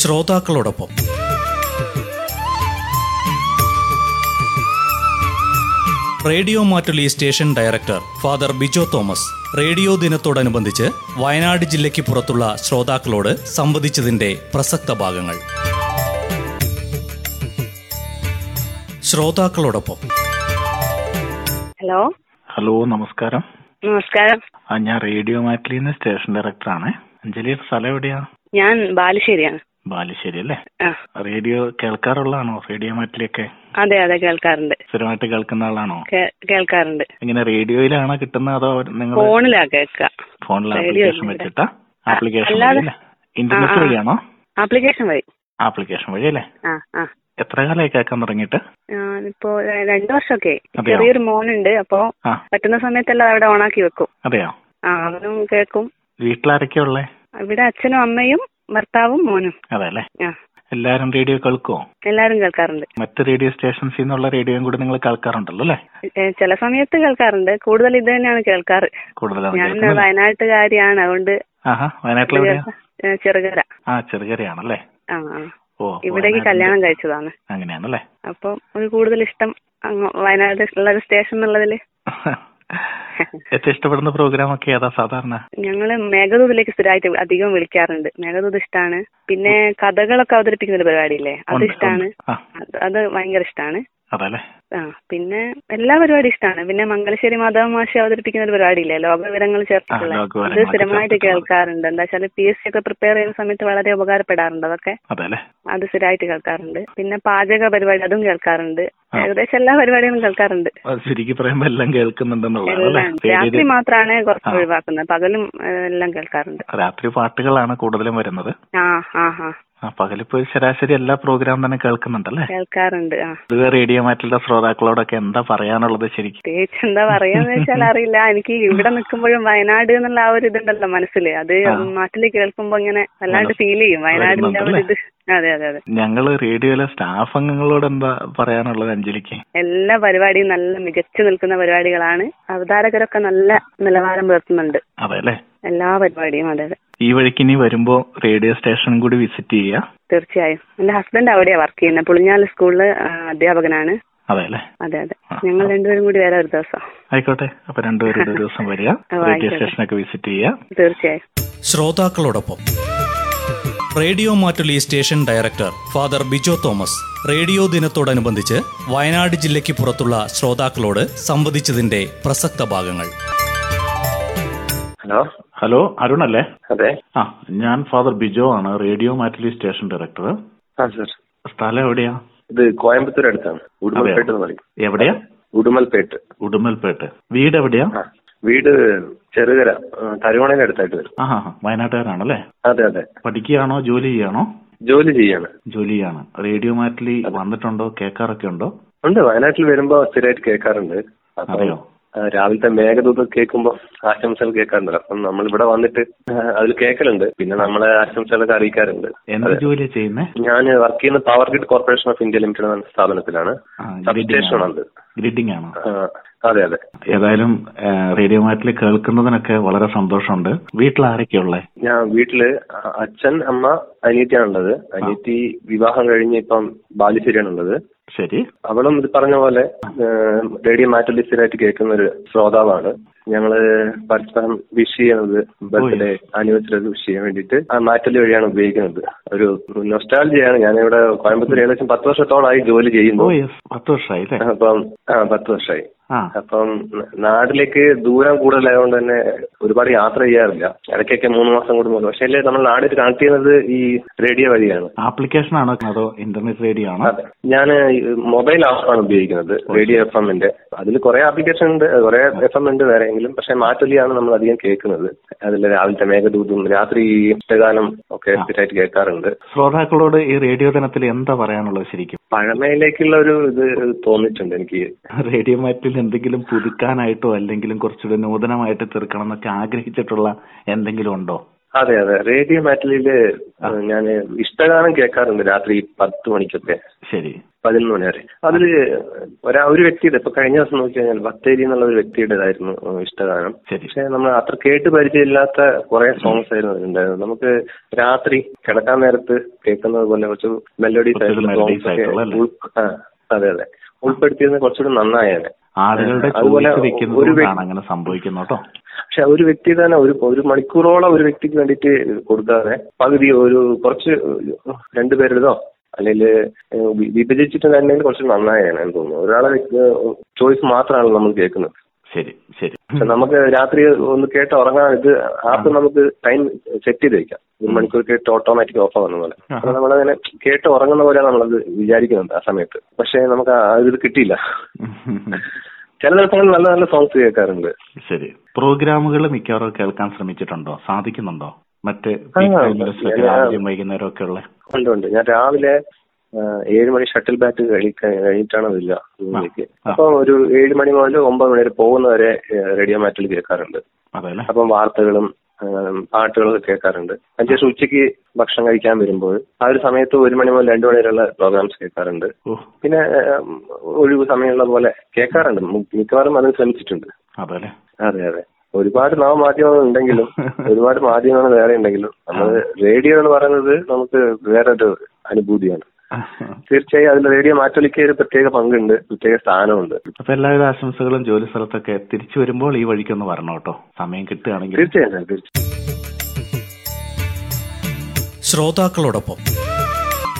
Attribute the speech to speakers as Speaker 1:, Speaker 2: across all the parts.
Speaker 1: ശ്രോതാക്കളോടൊപ്പം radio Mattoli station director father Bijo Thomas radio ദിനത്തോടനുബന്ധിച്ച് വയനാട് ജില്ലയ്ക്ക് പുറത്തുള്ള ശ്രോതാക്കളോട് സംവദിച്ചതിന്റെ പ്രസക്ത ഭാഗങ്ങൾ ശ്രോതാക്കളോടൊപ്പം
Speaker 2: ഹലോ
Speaker 3: ഹലോ നമസ്കാരം
Speaker 2: നമസ്കാരം
Speaker 3: ആ ഞാൻ റേഡിയോ മാറ്റിലിന്ന് സ്റ്റേഷൻ ഡയറക്ടറാണ് അഞ്ജലിയുടെ സ്ഥലം എവിടെയാ
Speaker 2: ഞാൻ ബാലുശ്ശേരിയാണ്
Speaker 3: ബാലുശ്ശേരി അല്ലേ
Speaker 2: ആ
Speaker 3: റേഡിയോ കേൾക്കാറുള്ളതാണോ റേഡിയോ മാറ്റിലൊക്കെ
Speaker 2: അതെ അതെ കേൾക്കാറുണ്ട്
Speaker 3: സ്ഥിരമായിട്ട് കേൾക്കുന്ന ആളാണോ
Speaker 2: കേ- കേൾക്കാറുണ്ട്
Speaker 3: എങ്ങനെ റേഡിയോയിലാണോ കിട്ടുന്നത് അതോ നിങ്ങൾ
Speaker 2: ഫോണിലാ കേൾക്കുക
Speaker 3: ഫോണിൽ
Speaker 2: radio
Speaker 3: ആപ്ലിക്കേഷൻ
Speaker 2: ഇല്ല.
Speaker 3: വെച്ചിട്ടാ ആപ്ലിക്കേഷൻ
Speaker 2: അല്ലാതെ-
Speaker 3: വഴി അല്ലേ ഇന്റർനെറ്റ്
Speaker 2: ആ, ആ.
Speaker 3: വഴിയാണോ
Speaker 2: ആപ്ലിക്കേഷൻ വഴി
Speaker 3: ആപ്ലിക്കേഷൻ വഴി അല്ലേ
Speaker 2: ആ ആ
Speaker 3: എത്ര കാലമായി കേൾക്കാൻ തുടങ്ങിയിട്ട്
Speaker 2: ഞാനിപ്പോ ര- രണ്ടു വർഷമൊക്കെ
Speaker 3: അതെയോ?
Speaker 2: ചെറിയൊരു മോനുണ്ട് അപ്പോ
Speaker 3: ആ.
Speaker 2: പറ്റുന്ന സമയത്തെല്ലാം അവിടെ ഓണാക്കി വെക്കും
Speaker 3: അതെയോ
Speaker 2: ആ അവനും കേൾക്കും
Speaker 3: വീട്ടിലാരൊക്കെയാ ഉള്ളേ
Speaker 2: ഇവിടെ അച്ഛനും അമ്മയും ഭർത്താവും മോനും
Speaker 3: അതെ അല്ലേ
Speaker 2: ആ
Speaker 3: എല്ലാരും റേഡിയോ കേൾക്കുവോ
Speaker 2: എല്ലാരും കേൾക്കാറുണ്ട്
Speaker 3: മറ്റ് റേഡിയോ സ്റ്റേഷൻസിൽ നിന്നുള്ള റേഡിയോയും കൂടി നിങ്ങൾ കേൾക്കാറുണ്ടല്ലോ അല്ലേ
Speaker 2: ഏ, ചില സമയത്ത് കേൾക്കാറുണ്ട് കൂടുതൽ ഇത് തന്നെയാണ് കേൾക്കാറ്
Speaker 3: കൂടുതലാണ്
Speaker 2: ഞാൻ
Speaker 3: കേൾക്കുന്നത്
Speaker 2: വയനാട്ടുകാരിയാണ് അതുകൊണ്ട്
Speaker 3: ആഹാ വയനാട്ടിലെവിടെയാ
Speaker 2: ഏ, ചെറുകര
Speaker 3: ആ ചെറുകരയാണല്ലേ
Speaker 2: ആ ആ
Speaker 3: ഓ
Speaker 2: ഇവിടേക്ക്
Speaker 3: വയനാടിന്റെ-
Speaker 2: കല്യാണം കഴിച്ചതാണ്
Speaker 3: അങ്ങനെയാണല്ലേ
Speaker 2: അപ്പം ഒരു കൂടുതൽ ഇഷ്ടം അങ്ങ് വയനാട് ഉള്ള ഒരു സ്റ്റേഷൻ എന്നുള്ളതിൽ
Speaker 3: ഏറ്റവും ഇഷ്ടപ്പെടുന്ന പ്രോഗ്രാം ഒക്കെ ഏതാ സാധാരണ
Speaker 2: ഞങ്ങൾ മേഘദൂതിലേക്ക് സ്ഥിരമായിട്ട് അധികം വിളിക്കാറുണ്ട് മേഘദൂത് ഇഷ്ടമാണ് പിന്നെ കഥകളൊക്കെ അവതരിപ്പിക്കുന്ന ഒരു പരിപാടിയില്ലേ അത്
Speaker 3: ഉണ്ട്,
Speaker 2: ഇഷ്ടമാണ്
Speaker 3: ഉണ്ട്. ആ
Speaker 2: അത് അത് ഭയങ്കര ഇഷ്ടമാണ്
Speaker 3: അതല്ലേ
Speaker 2: ആ പിന്നെ എല്ലാ പരിപാടിയും ഇഷ്ടമാണ് പിന്നെ മംഗലശ്ശേരി മാധവ മാഷി അവതരിപ്പിക്കുന്ന ഒരു പരിപാടിയില്ലേ ലോകവിവരങ്ങൾ ചേർത്തിട്ടുള്ള
Speaker 3: ആ, ലോകവിവരങ്ങൾ
Speaker 2: അത് സ്ഥിരമായിട്ട്
Speaker 3: ചേർത്തിട്ടുള്ളത്.
Speaker 2: കേൾക്കാറുണ്ട് എന്താ വെച്ചാൽ പി എസ് സി ഒക്കെ പ്രിപ്പയർ ചെയ്യുന്ന സമയത്ത് വളരെ ഉപകാരപ്പെടാറുണ്ട് അതൊക്കെ
Speaker 3: അതല്ലേ
Speaker 2: അത് സ്ഥിരമായിട്ട് കേൾക്കാറുണ്ട് പിന്നെ പാചക പരിപാടി അതും കേൾക്കാറുണ്ട്
Speaker 3: ആ.
Speaker 2: ഏകദേശം എല്ലാ പരിപാടികളും കേൾക്കാറുള്ളത്
Speaker 3: അത് ശരിക്കും പറയുമ്പോ എല്ലാം കേൾക്കുന്നുണ്ടെന്നുള്ളതല്ലേ
Speaker 2: എല്ലാം രാത്രി മാത്രമാണ് കുറച്ച്
Speaker 3: ആ.
Speaker 2: ഒഴിവാക്കുന്നത് പകലും ഏഹ്, എല്ലാം കേൾക്കാറുണ്ട്
Speaker 3: രാത്രി പാട്ടുകളാണ് കൂടുതലും വരുന്നത്
Speaker 2: ആ ആ ആ
Speaker 3: ആ പകലിപ്പോ ശരാശരി എല്ലാ പ്രോഗ്രാം തന്നെ കേൾക്കുന്നുണ്ടല്ലേ
Speaker 2: കേൾക്കാറുണ്ട് ആ
Speaker 3: പൊതുവെ റേഡിയോ മാറ്റിലെ ശ്രോതാക്കളോടൊക്കെ എന്താ പറയാനുള്ളത് ശരിക്കും
Speaker 2: പ്രത്യേകിച്ച് എന്താ പറയാന്ന് വെച്ചാൽ അറിയില്ല എനിക്ക് ഇവിടെ നിൽക്കുമ്പോഴും വയനാട് എന്നുള്ള ആ ഒരു ഇതുണ്ടല്ലോ മനസ്സിൽ അത്
Speaker 3: ആ.
Speaker 2: നാട്ടിൽ കേൾക്കുമ്പോ ഇങ്ങനെ വല്ലാണ്ട് ഫീൽ ചെയ്യും വയനാടിന്റെ ആ ഒരു ഇത് അതെ അതെ അതെ
Speaker 3: ഞങ്ങള് റേഡിയോയിലെ സ്റ്റാഫ് അംഗങ്ങളോട് എന്താ പറയാനുള്ളത് അഞ്ജലിക്ക്
Speaker 2: എല്ലാ പരിപാടിയും നല്ല മികച്ചു നിൽക്കുന്ന പരിപാടികളാണ് അവതാരകരൊക്കെ നല്ല നിലവാരം പുലർത്തുന്നുണ്ട്
Speaker 3: അതെ അല്ലേ
Speaker 2: എല്ലാ പരിപാടിയും അതെ അതെ
Speaker 3: ഈ വഴിക്ക് ഇനി വരുമ്പോ റേഡിയോ സ്റ്റേഷനും കൂടി വിസിറ്റ് ചെയ്യുക
Speaker 2: തീർച്ചയായും എന്റെ ഹസ്ബൻഡ് അവിടെയാ വർക്ക് ചെയ്യുന്നത് പുളിഞ്ഞാൽ സ്കൂളില് ആ, അധ്യാപകനാണ്
Speaker 3: അതെ അല്ലേ
Speaker 2: അതെ അതെ
Speaker 3: ആ.
Speaker 2: ഞങ്ങൾ രണ്ടുപേരും കൂടി വരാം ഒരു ദിവസം
Speaker 3: ആയിക്കോട്ടെ അപ്പൊ രണ്ടുപേരും ഒരു ദിവസം വരിക
Speaker 2: ഓ,
Speaker 3: റേഡിയോ
Speaker 2: ആയിക്കോട്ടെ.
Speaker 3: സ്റ്റേഷനൊക്കെ വിസിറ്റ് ചെയ്യുക
Speaker 2: തീർച്ചയായും
Speaker 1: ശ്രോതാക്കളോടൊപ്പം radio Mattoli station director father Bijo Thomas radio ദിനത്തോടനുബന്ധിച്ച് വയനാട് ജില്ലയ്ക്ക് പുറത്തുള്ള ശ്രോതാക്കളോട് സംവദിച്ചതിന്റെ പ്രസക്ത ഭാഗങ്ങൾ
Speaker 4: ഹലോ
Speaker 3: ഹലോ അരുണല്ലേ
Speaker 4: അതെ
Speaker 3: ആ ഞാൻ ഫാദർ ബിജോ ആണ് റേഡിയോ മാറ്റിലി സ്റ്റേഷൻ ഡയറക്ടർ
Speaker 4: ആ സർ
Speaker 3: സ്ഥലം എവിടെയാ
Speaker 4: ഇത് കോയമ്പത്തൂർ അടുത്താണ് ഉടുമൽപേട്ട് എന്ന് പറയും
Speaker 3: എവിടെയാ
Speaker 4: ഉടുമൽപേട്ട്
Speaker 3: ഉടുമൽപേട്ട് വീട് എവിടെയാ
Speaker 4: ആ വീട് ചെറുകര ആ, തരുവണയുടെ അടുത്തായിട്ട് വരും
Speaker 3: ആ വയനാട്ടുകാരാണല്ലേ
Speaker 4: അതെ അതെ
Speaker 3: പഠിക്കുകയാണോ ജോലി ചെയ്യാണോ
Speaker 4: ജോലി ചെയ്യാണ്
Speaker 3: ജോലിയാണ് റേഡിയോ മാറ്റിലി വന്നിട്ടുണ്ടോ കേൾക്കാറൊക്കെ ഉണ്ടോ
Speaker 4: ഉണ്ട് വയനാട്ടിൽ വരുമ്പോ സ്ഥിരമായിട്ട് കേൾക്കാറുണ്ട് അപ്പൊ
Speaker 3: അതെയോ
Speaker 4: ആ, രാവിലത്തെ മേഘദൂതം കേൾക്കുമ്പോ ആശംസകൾ കേൾക്കാറുണ്ട് അപ്പം നമ്മൾ ഇവിടെ വന്നിട്ട് ആ, അതിൽ കേൾക്കലുണ്ട് പിന്നെ നമ്മളെ ആശംസകളൊക്കെ അറിയിക്കാറുണ്ട്
Speaker 3: എന്ത്
Speaker 4: അതെ.
Speaker 3: ജോലിയാ ചെയ്യുന്നേ
Speaker 4: ഞാൻ വർക്ക് ചെയ്യുന്ന power grid corporation of India limited എന്ന സ്ഥാപനത്തിലാണ് സബ്സ്റ്റേഷൻ ആണത്
Speaker 3: ഗ്രിഡിംഗ് ആണോ
Speaker 4: ആ, അതെ അതെ
Speaker 3: ഏതായാലും ആ, റേഡിയോ മാറ്റിലി കേൾക്കുന്നതിനൊക്കെ വളരെ സന്തോഷമുണ്ട് വീട്ടിൽ ആരൊക്കെയാ ഉള്ളേ
Speaker 4: ഞാൻ വീട്ടില് അ- അച്ഛൻ അമ്മ അനിയത്തിയാണുള്ളത് അനിയത്തി വിവാഹം കഴിഞ്ഞ് ഇപ്പം ബാലുശ്ശേരിയാണുള്ളത്
Speaker 3: ശരി
Speaker 4: അവളും ഇത് പറഞ്ഞ പോലെ ഏഹ്, റേഡിയോ മാറ്റലി സ്ഥിരമായിട്ട് കേൾക്കുന്ന ഒരു ശ്രോതാവാണ് ഞങ്ങള് പരസ്പരം വിഷ് ചെയ്യുന്നത് ബർത്ത്ഡേ ആനിവേഴ്സറി വിഷ് ചെയ്യാൻ വേണ്ടിയിട്ട് ആ മാറ്റലി വഴിയാണ് ഉപയോഗിക്കുന്നത് ഒരു നൊസ്റ്റാൾജിയാണ് ഞാനിവിടെ കോയമ്പത്തൂർ ഏകദേശം പത്ത് വർഷത്തോളമായി ജോലി
Speaker 3: ഓ
Speaker 4: ചെയ്യുന്നു
Speaker 3: യെസ് പത്ത് വർഷമായി അല്ലേ
Speaker 4: അപ്പം ആ പത്ത് വർഷമായി
Speaker 3: ആ
Speaker 4: അപ്പം നാട്ടിലേക്ക് ദൂരം കൂടുതലായതുകൊണ്ട് തന്നെ ഒരുപാട് യാത്ര ചെയ്യാറില്ല ഇടയ്ക്കൊക്കെ മൂന്ന് മാസം കൂടുമ്പോൾ പക്ഷേ അല്ലേ നമ്മൾ നാട്ടിൽ കണക്ട് ചെയ്യുന്നത് ഈ റേഡിയോ വഴിയാണ്
Speaker 3: ആപ്ലിക്കേഷൻ ആണോ അതോ ഇന്റർനെറ്റ് റേഡിയോ ആണോ
Speaker 4: അതെ ഞാൻ മൊബൈൽ ആപ്പാണ് ഉപയോഗിക്കുന്നത് റേഡിയോ എഫ് എമ്മിന്റെ അതിൽ കുറെ ആപ്ലിക്കേഷൻ ഉണ്ട് കുറെ എഫ് എം ഉണ്ട് വേറെയെങ്കിലും പക്ഷെ മാറ്റൊലിയാണ് നമ്മൾ അധികം കേൾക്കുന്നത് അതിൽ രാവിലത്തെ മേഘദൂതും രാത്രി ഇഷ്ടകാലം ഒക്കെ സ്ഥിരമായിട്ട് കേൾക്കാറുണ്ട്
Speaker 3: ശ്രോതാക്കളോട് ഈ റേഡിയോ ദിനത്തിൽ എന്താ പറയാനുള്ളത് ശരിക്കും
Speaker 4: പഴമയിലേക്കുള്ള ഒരു ഇത് തോന്നിയിട്ടുണ്ട് എനിക്ക്
Speaker 3: റേഡിയോ മാറ്റിൽ എന്തെങ്കിലും പുതുക്കാനായിട്ടോ അല്ലെങ്കിലും കുറച്ചുകൂടി നൂതനമായിട്ട് തീർക്കണം എന്നൊക്കെ ആഗ്രഹിച്ചിട്ടുള്ള എന്തെങ്കിലും ഉണ്ടോ
Speaker 4: അതെ അതെ റേഡിയോ മാറ്റലില് ഞാൻ ഇഷ്ടഗാനം കേൾക്കാറുണ്ട് രാത്രി പത്ത് മണിക്കൊക്കെ
Speaker 3: ശരി
Speaker 4: പതിനൊന്ന് മണി വരെ അതിൽ ഒരാ ഒരു വ്യക്തിയുടെ ഇപ്പൊ കഴിഞ്ഞ ദിവസം നോക്കി കഴിഞ്ഞാൽ ബത്തേരി എന്നുള്ള ഒരു വ്യക്തിയുടേതായിരുന്നു ഏഹ്, ഇഷ്ടഗാനം
Speaker 3: ശരി.
Speaker 4: പക്ഷെ നമ്മൾ അത്ര കേട്ട് പരിചയമില്ലാത്ത കുറെ സോങ്സ് ആയിരുന്നു അതിലുണ്ടായിരുന്നത് നമുക്ക് രാത്രി കിടക്കാൻ നേരത്ത് കേൾക്കുന്നത് പോലെ കുറച്ച് മെലഡീസ്
Speaker 3: കുറച്ചുകൂടി
Speaker 4: ആയിട്ടുള്ള
Speaker 3: melodies
Speaker 4: സോങ്സ് ഒക്കെ
Speaker 3: ആയിട്ടുള്ള അല്ലേ?
Speaker 4: ഉൾ- ആ, അതെ അതെ ഉൾപ്പെടുത്തിയിരുന്ന കുറച്ചുകൂടി നന്നായേനെ
Speaker 3: ആളുകളുടെ
Speaker 4: ഏഹ്, അതുപോലെ
Speaker 3: ചോയ്സ്
Speaker 4: ഒരു വ്യക്തി-
Speaker 3: വെക്കുന്നതുകൊണ്ടാണ് അങ്ങനെ സംഭവിക്കുന്നത് കേട്ടോ
Speaker 4: പക്ഷെ ഒരു വ്യക്തി തന്നെ ഒരു ഒരു മണിക്കൂറോളം ഒരു വ്യക്തിക്ക് വേണ്ടിയിട്ട് കൊടുക്കാതെ പകുതി ഒരു കുറച്ച് രണ്ടുപേരുടേതോ അല്ലെങ്കിൽ വിഭജിച്ചിട്ട് തന്നെ കുറച്ച് നന്നായാണ് എന്ന് തോന്നുന്നു ഒരാളെ ചോയ്സ് മാത്രമാണ് നമ്മൾ കേൾക്കുന്നത്
Speaker 3: ശരി ശരി
Speaker 4: പക്ഷെ നമുക്ക് രാത്രി ഒന്ന് കേട്ട് ഉറങ്ങാൻ ഇത് ആപ്പ് നമുക്ക് ടൈം സെറ്റ് ചെയ്ത് വെക്കാം ഒരു മണിക്കൂർ കേട്ട് ഓട്ടോമാറ്റിക് ഓഫ് ആവുന്ന പോലെ അപ്പൊ നമ്മളങ്ങനെ കേട്ട് ഉറങ്ങുന്ന പോലെ നമ്മളത് വിചാരിക്കുന്നുണ്ട് ആ സമയത്ത് പക്ഷെ നമുക്ക് ആ ഒരു ഇത് കിട്ടിയില്ല ചില ദിവസങ്ങളിൽ നല്ല നല്ല സോങ്സ് കേൾക്കാറുണ്ട്
Speaker 3: ശരി പ്രോഗ്രാമുകൾ മിക്കവാറും കേൾക്കാൻ ശ്രമിച്ചിട്ടുണ്ടോ സാധിക്കുന്നുണ്ടോ മറ്റ്
Speaker 4: ആ,
Speaker 3: peak timesലൊക്കെ
Speaker 4: ഞാൻ-
Speaker 3: രാവിലെയും വൈകുന്നേരം ഒക്കെ ഉള്ള
Speaker 4: ഉണ്ട് ഉണ്ട് ഞാൻ രാവിലെ ആ, ഏഴ് മണി ഷട്ടിൽ ബാറ്റ് കഴിക്കാൻ കഴിഞ്ഞിട്ടാണ് വരിക റൂമിലേക്ക്
Speaker 3: ആ.
Speaker 4: അപ്പൊ ഒരു ഏഴ് മണി മുതൽ ഒമ്പത് മണി വരെ പോകുന്നവരെ റേഡിയോ മാറ്റിൽ കേൾക്കാറുണ്ട്
Speaker 3: അതെ അല്ലേ
Speaker 4: അപ്പം വാർത്തകളും ആ, പാട്ടുകളും ഒക്കെ കേൾക്കാറുണ്ട് അതിന് ശേഷം ഉച്ചയ്ക്ക് ഭക്ഷണം കഴിക്കാൻ വരുമ്പോൾ ആ ഒരു സമയത്ത് ഒരു മണി മുതൽ രണ്ടു മണി വരെയുള്ള പ്രോഗ്രാംസ് കേൾക്കാറുണ്ട്
Speaker 3: ഓ
Speaker 4: പിന്നെ ആ, ഒഴിവ് സമയമുള്ള പോലെ കേൾക്കാറുണ്ട് മി- മിക്കവാറും അതിന് ശ്രമിച്ചിട്ടുണ്ട്
Speaker 3: അതെ അല്ലേ
Speaker 4: അതെ അതെ ഒരുപാട് നവമാധ്യമങ്ങൾ ഉണ്ടെങ്കിലും ഒരുപാട് മാധ്യമങ്ങൾ വേറെ ഉണ്ടെങ്കിലും നമ്മൾ റേഡിയോ എന്ന് പറയുന്നത് നമുക്ക് വേറൊരു അനുഭൂതിയാണ് തീർച്ചയായും അതിൽ റേഡിയോ മാറ്റൊലിക്ക് ഒരു പ്രത്യേക പങ്കുണ്ട് പ്രത്യേക സ്ഥാനമുണ്ട്
Speaker 3: അപ്പൊ എല്ലാവിധ ആശംസകളും ജോലി സ്ഥലത്തൊക്കെ തിരിച്ചു വരുമ്പോൾ ഈ വഴിക്കൊന്ന് വരണം കേട്ടോ സമയം കിട്ടുകയാണെങ്കിൽ
Speaker 4: തീർച്ചയായും sir, തീർച്ചയായും
Speaker 1: ശ്രോതാക്കളോടൊപ്പം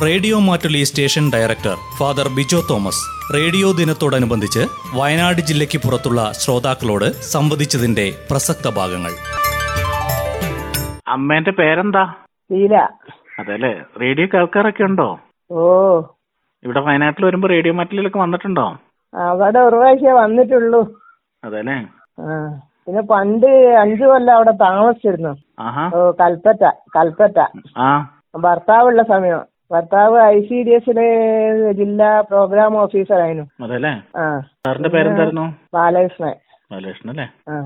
Speaker 1: radio Mattoli station director father Bijo Thomas radio ദിനത്തോടനുബന്ധിച്ച് വയനാട് ജില്ലയ്ക്ക് പുറത്തുള്ള ശ്രോതാക്കളോട് സംവദിച്ചതിന്റെ പ്രസക്ത ഭാഗങ്ങൾ
Speaker 3: അമ്മേന്റെ പേരെന്താ
Speaker 5: ലീല
Speaker 3: അതെ അല്ലേ റേഡിയോ കേൾക്കാറൊക്കെ ഉണ്ടോ
Speaker 5: ഓ
Speaker 3: ഇവിടെ വയനാട്ടിൽ വരുമ്പോ റേഡിയോ മാറ്റിലൊക്കെ വന്നിട്ടുണ്ടോ
Speaker 5: അവിടെ ഒരു പ്രാവശ്യം വന്നിട്ടുള്ളൂ
Speaker 3: അതെ അല്ലേ
Speaker 5: ആ പിന്നെ പണ്ട് അഞ്ചു കൊല്ലം അവിടെ താമസിച്ചിരുന്നു
Speaker 3: ആഹാ
Speaker 5: ഓ കൽപ്പറ്റ കൽപ്പറ്റ
Speaker 3: ആ
Speaker 5: ഭർത്താവുള്ള സമയം ഭർത്താവ് ഐ സി ഡി എസിലെ ജില്ലാ പ്രോഗ്രാം ഓഫീസറായിരുന്നു
Speaker 3: അതെ അല്ലേ
Speaker 5: ആ
Speaker 3: സാറിന്റെ പേരെന്തായിരുന്നു
Speaker 5: ബാലകൃഷ്ണൻ
Speaker 3: ബാലകൃഷ്ണൻ അല്ലേ
Speaker 5: ആ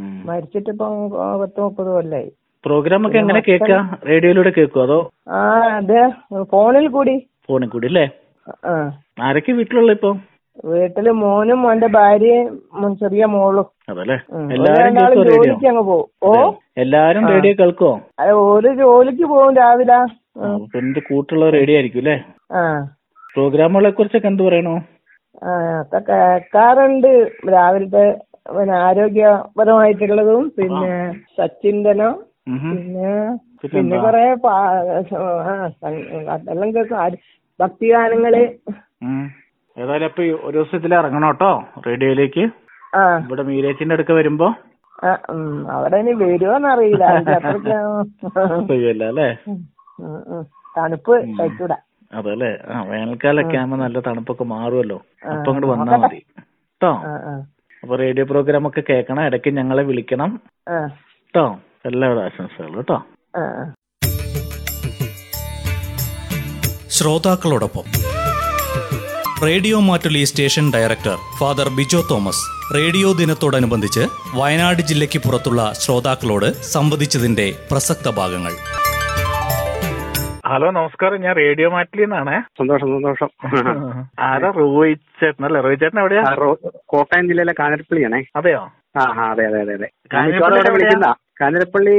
Speaker 3: ഉം.
Speaker 5: മരിച്ചിട്ടിപ്പം ഓ, പത്ത് മുപ്പത് കൊല്ലായി
Speaker 3: പ്രോഗ്രാം ഒക്കെ എങ്ങനെ കേൾക്കുക റേഡിയോയിലൂടെ കേൾക്കുവോ അതോ
Speaker 5: ആ അത് ഫോണിൽ കൂടി
Speaker 3: ഫോണിൽ കൂടി അല്ലേ
Speaker 5: ആ
Speaker 3: ആരൊക്കെ വീട്ടിലുള്ള ഇപ്പൊ
Speaker 5: വീട്ടില് മോനും മോന്റെ ഭാര്യയും ഉം, ചെറിയ മോളും
Speaker 3: അതല്ലേ
Speaker 5: ഉം.
Speaker 3: എല്ലാരും
Speaker 5: ഒരാള്
Speaker 3: കേൾക്കുവോ റേഡിയോ
Speaker 5: ജോലിക്ക് അങ്ങ് പോകും ഓ
Speaker 3: എല്ലാരും റേഡിയോ കേൾക്കുവോ
Speaker 5: അത് ഒരു ജോലിക്ക് പോകും രാവിലെ
Speaker 3: ആ, അപ്പൊ എന്ത് കൂട്ടുള്ള റേഡിയോ ആയിരിക്കും അല്ലേ
Speaker 5: ആ
Speaker 3: പ്രോഗ്രാമുകളെ കുറിച്ചൊക്കെ എന്ത് പറയണോ
Speaker 5: ആ, ഒക്കെ കേൾക്കാറുണ്ട് രാവിലത്തെ പിന്നെ ആരോഗ്യപരമായിട്ടുള്ളതും പിന്നെ സച്ചിന്തനോ പിന്നെ പിന്നെ കൊറേ എല്ലാം കേൾക്കും ആര്- ഭക്തിഗാനങ്ങള്
Speaker 3: ഏതായാലും അപ്പൊ ഈ ഒരു ദിവസം ഇതിൽ ഇറങ്ങണം കേട്ടോ റേഡിയോയിലേക്ക്
Speaker 5: ആ
Speaker 3: ഇവിടെ മീരേച്ചിന്റെ അടുക്ക വരുമ്പോ
Speaker 5: ആ, ഉം, അവിടെ ഇനി വരുമോന്നറിയില്ല എനിക്ക് അത്രയ്ക്ക്
Speaker 3: ഒഴിവില്ല അല്ലേ
Speaker 5: ഉം, ഉം. തണുപ്പ് കഴിച്ചൂട
Speaker 3: അതല്ലേ ആ വേനൽക്കാലൊക്കെ ആകുമ്പോ നല്ല തണുപ്പൊക്കെ മാറുമല്ലോ അപ്പൊ അങ്ങോട്ട് വന്നാ മതി കേട്ടോ
Speaker 5: ആ ആ
Speaker 3: അപ്പൊ റേഡിയോ പ്രോഗ്രാം ഒക്കെ കേൾക്കണം ഇടയ്ക്ക് ഞങ്ങളെ വിളിക്കണം
Speaker 5: ആ
Speaker 3: കേട്ടോ എല്ലാവരും ആശംസകളും കേട്ടോ
Speaker 5: ആ ആ
Speaker 1: ശ്രോതാക്കളോടൊപ്പം radio Mattoli station director father Bijo Thomas radio ദിനത്തോടനുബന്ധിച്ച് വയനാട് ജില്ലയ്ക്ക് പുറത്തുള്ള ശ്രോതാക്കളോട് സംവദിച്ചതിന്റെ പ്രസക്ത ഭാഗങ്ങൾ
Speaker 6: ഹലോ നമസ്കാരം ഞാൻ റേഡിയോ മാറ്റിൽ നിന്നാണേ
Speaker 7: സന്തോഷം സന്തോഷം
Speaker 6: ആരാ റോയ് ചേട്ടൻ അല്ലേ റോയ് ചേട്ടൻ എവിടെയാ
Speaker 7: ആ, റോ- കോട്ടയം ജില്ലയിലെ കാഞ്ഞിരപ്പള്ളിയാണേ
Speaker 6: അതെയോ
Speaker 7: ആ ആ അതെ അതെ അതെ അതെ
Speaker 6: കാഞ്ഞിരപ്പള്ളി
Speaker 7: മിക്കവാറും അവിടെ
Speaker 6: എവിടെയാ?
Speaker 7: വിളിക്കുന്ന കാഞ്ഞിരപ്പള്ളി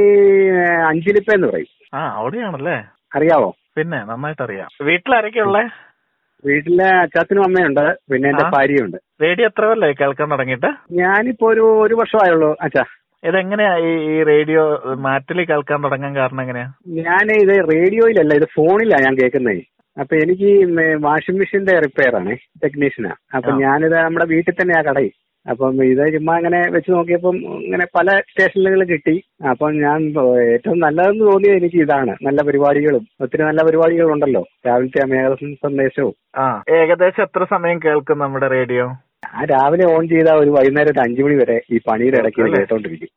Speaker 7: ഏ, അഞ്ചിലിപ്പ എന്ന് പറയും
Speaker 6: ആ അവിടെയാണല്ലേ
Speaker 7: അറിയാവോ
Speaker 6: പിന്നെ നന്നായിട്ട് അറിയാം വീട്ടിലാരൊക്കെയുള്ളേ
Speaker 7: വീട്ടിലെ അച്ചാച്ചനും അമ്മയുണ്ട് പിന്നെ എന്റെ
Speaker 6: ആ.
Speaker 7: ഭാര്യയുണ്ട്
Speaker 6: റേഡിയോ എത്ര കൊല്ലേ കേൾക്കാൻ തുടങ്ങിയിട്ട്
Speaker 7: ഞാനിപ്പോ ഒരു ഒരു വർഷമായുള്ളൂ അച്ഛാ
Speaker 6: ഇതെങ്ങനെയാ ഈ ഈ റേഡിയോ മാറ്റിൽ കേൾക്കാൻ തുടങ്ങാൻ കാരണം എങ്ങനെയാ
Speaker 7: ഞാൻ ഇത് റേഡിയോയിലല്ല ഇത് ഫോണിലാ ഞാൻ കേൾക്കുന്നത് അപ്പൊ എനിക്ക് വാഷിംഗ് മെഷീന്റെ റിപ്പയർ ആണ് ടെക്നീഷ്യനാ അപ്പൊ
Speaker 6: ആ.
Speaker 7: ഞാനിത് നമ്മുടെ വീട്ടിൽ തന്നെയാ കടയിൽ അപ്പം ഇത് ചുമ്മാ അങ്ങനെ വെച്ച് നോക്കിയപ്പം ഇങ്ങനെ പല സ്റ്റേഷനുകൾ കിട്ടി അപ്പം ഞാൻ ഏറ്റവും നല്ലതെന്ന് തോന്നിയത് എനിക്ക് ഇതാണ് നല്ല പരിപാടികളും ഒത്തിരി നല്ല പരിപാടികളുണ്ടല്ലോ രാവിലത്തെ മേഘ സന്ദേശവും
Speaker 6: ആ ഏകദേശം എത്ര സമയം കേൾക്കും നമ്മുടെ റേഡിയോ
Speaker 7: ആ രാവിലെ ഓൺ ചെയ്താൽ ഒരു വൈകുന്നേരം ഒരു അഞ്ചു മണി വരെ ഈ പണിയുടെ ഇടയ്ക്ക് ഇത് കേട്ടോണ്ടിരിക്കും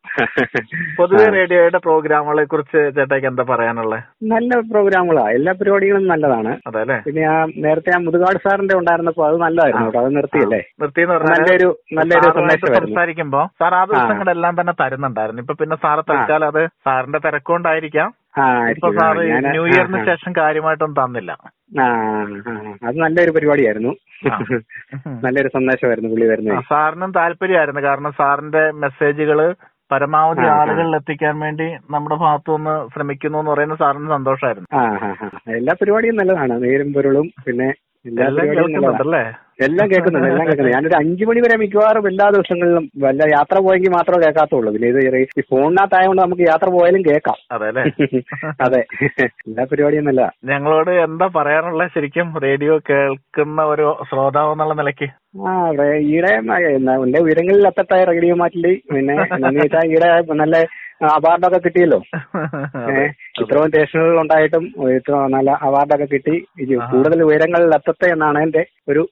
Speaker 6: പൊതുവെ
Speaker 7: ആ.
Speaker 6: റേഡിയോയുടെ പ്രോഗ്രാമുകളെ കുറിച്ച് ചേട്ടയ്ക്ക് എന്താ പറയാനുള്ളത്
Speaker 7: നല്ല പ്രോഗ്രാമുകളാ എല്ലാ പരിപാടികളും നല്ലതാണ്
Speaker 6: അതെ അല്ലേ
Speaker 7: പിന്നെ ആ നേരത്തെ ആ മുതുകാട് സാറിന്റെ ഉണ്ടായിരുന്നപ്പോ അത് നല്ലതായിരുന്നു കേട്ടോ അത് നിർത്തിയല്ലേ
Speaker 6: നിർത്തി എന്ന്
Speaker 7: നല്ലൊരു നല്ലൊരു
Speaker 6: സാറുമായിട്ട്
Speaker 7: സന്ദേശമായിരുന്നു
Speaker 6: സംസാരിക്കുമ്പോ സാർ ആ
Speaker 7: ആ.
Speaker 6: ദിവസങ്ങളെല്ലാം തന്നെ തരുന്നുണ്ടായിരുന്നു ഇപ്പൊ പിന്നെ സാറ് തൽക്കാലം അത് സാറിന്റെ തിരക്കുകൊണ്ടായിരിക്കാം
Speaker 7: ആ
Speaker 3: ഇപ്പൊ
Speaker 7: ആയിരിക്കും. ആ,
Speaker 3: സാറ്
Speaker 7: ഞാൻ-
Speaker 3: ന്യൂ ഇയറിന്
Speaker 7: ആ, ആ.
Speaker 3: ശേഷം കാര്യമായിട്ടൊന്നും തന്നില്ല
Speaker 7: ആ, ആ, ആ. അത് നല്ലൊരു പരിപാടിയായിരുന്നു
Speaker 3: ആ.
Speaker 7: നല്ലൊരു സന്ദേശമായിരുന്നു പുള്ളി
Speaker 3: ആ,
Speaker 7: വരുന്നത്
Speaker 3: സാറിനും താല്പര്യമായിരുന്നു കാരണം സാറിന്റെ മെസ്സേജുകള് പരമാവധി
Speaker 7: ആ, ആ.
Speaker 3: ആളുകളിൽ എത്തിക്കാൻ വേണ്ടി നമ്മുടെ ഭാഗത്തുനിന്ന് ശ്രമിക്കുന്നു എന്ന് പറയുന്നത് സാറിന് സന്തോഷമായിരുന്നു
Speaker 7: ആ ആ ആ. എല്ലാ പരിപാടിയും നല്ലതാണ് നേരും പൊരുളും പിന്നെ എല്ലാ
Speaker 3: എല്ലാം
Speaker 7: പരിപാടിയും നല്ലതാണ്
Speaker 3: കേൾക്കുന്നുണ്ടല്ലേ
Speaker 7: എല്ലാം കേൾക്കുന്നുണ്ട് എല്ലാം കേൾക്കുന്നത് ഞാനൊരു അഞ്ചു മണി വരെ മിക്കവാറും എല്ലാ ദിവസങ്ങളിലും വല്ല യാത്ര പോയെങ്കിൽ മാത്രമേ കേൾക്കാത്തുള്ളൂ പിന്നെ ഇത് ഈ- ഈ ഫോണിനകത്തായതുകൊണ്ട് നമുക്ക് യാത്ര പോയാലും കേൾക്കാം
Speaker 3: അതെ അല്ലേ
Speaker 7: അതെ എല്ലാ പരിപാടിയും നല്ലതാ
Speaker 3: ഞങ്ങളോട് എന്താ പറയാനുള്ള ശരിക്കും റേഡിയോ കേൾക്കുന്ന ഒരു ശ്രോതാവ് എന്നുള്ള നിലയ്ക്ക്
Speaker 7: ആ ഇവിടെ ഈടെ എന്റെ ഉയരങ്ങളിൽ അത്തത്തായ റേഡിയോ മാറ്റില് പിന്നെ എന്താന്ന് വെച്ചാൽ ഈടെ നല്ല അവാർഡൊക്കെ കിട്ടിയല്ലോ
Speaker 3: അതെ.
Speaker 7: ഏഹ് ഇത്രയും സ്റ്റേഷനുകളിൽ ഉണ്ടായിട്ടും ഇത്ര നല്ല അവാർഡൊക്കെ കിട്ടി ഇത്
Speaker 3: ആഹാ.
Speaker 7: കൂടുതൽ ഉയരങ്ങളിൽ എത്തത്തെ എന്നാണ് എന്റെ ഒരു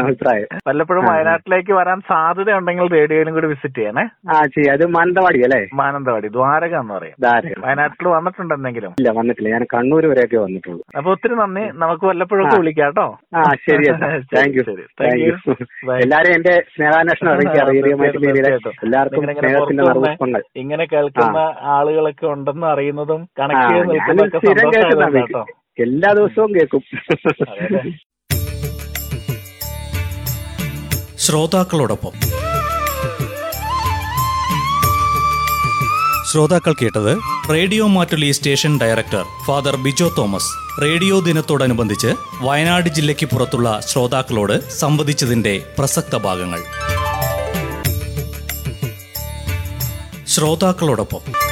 Speaker 7: അഭിപ്രായം
Speaker 3: വല്ലപ്പോഴും
Speaker 7: ആ.
Speaker 3: വയനാട്ടിലേക്ക് വരാൻ സാധ്യത ഉണ്ടെങ്കിൽ റേഡിയോയിലും കൂടി വിസിറ്റ് ചെയ്യണേ
Speaker 7: ആ ചെയ്യാം അത് മാനന്തവാടി അല്ലേ
Speaker 3: മാനന്തവാടി ദ്വാരക എന്ന് പറയും
Speaker 7: ധാരാളം
Speaker 3: വയനാട്ടിൽ വന്നിട്ടുണ്ടെന്നെങ്കിലും
Speaker 7: ഇല്ല വന്നിട്ടില്ല ഞാൻ കണ്ണൂർ വരെയൊക്കെ വന്നിട്ടുള്ളൂ
Speaker 3: അപ്പൊ ഒത്തിരി നന്ദി നമുക്ക് വല്ലപ്പോഴൊക്കെ
Speaker 7: ആ.
Speaker 3: വിളിക്കാം കേട്ടോ
Speaker 7: ആ ശരി താങ്ക് യു
Speaker 3: ശരി.
Speaker 7: Thank you
Speaker 3: Bye.
Speaker 7: എല്ലാരും എന്റെ സ്നേഹാന്വേഷണം അറിയിക്കുക റേഡിയോ മാറ്റിലെ
Speaker 3: തീർച്ചയായിട്ടും.
Speaker 7: എല്ലാവർക്കും
Speaker 3: നിങ്ങളിങ്ങനെ
Speaker 7: സ്നേഹത്തിന്റെ
Speaker 3: പുറത്ത് വന്ന്
Speaker 7: നിർവ്വഹങ്ങൾ
Speaker 3: ഇങ്ങനെ കേൾക്കുന്ന ആളുകളൊക്കെ ഉണ്ടെന്ന് അറിയുന്നതും
Speaker 7: ആ,
Speaker 3: കണക്ട് ചെയ്ത്
Speaker 7: ഞാനും
Speaker 3: നിൽക്കുന്നതൊക്കെ
Speaker 7: സ്ഥിരം കേൾക്കുന്ന
Speaker 3: സന്തോഷമായിരുന്നു കേട്ടോ
Speaker 7: എല്ലാ ദിവസവും കേൾക്കും
Speaker 3: അതെ.
Speaker 1: ശ്രോതാക്കളോടൊപ്പം ശ്രോതാക്കൾ കേട്ടത് radio Mattoli station director father Bijo Thomas radio ദിനത്തോടനുബന്ധിച്ച് വയനാട് ജില്ലയ്ക്ക് പുറത്തുള്ള ശ്രോതാക്കളോട് സംവദിച്ചതിന്റെ പ്രസക്ത ഭാഗങ്ങൾ ശ്രോതാക്കളോടൊപ്പം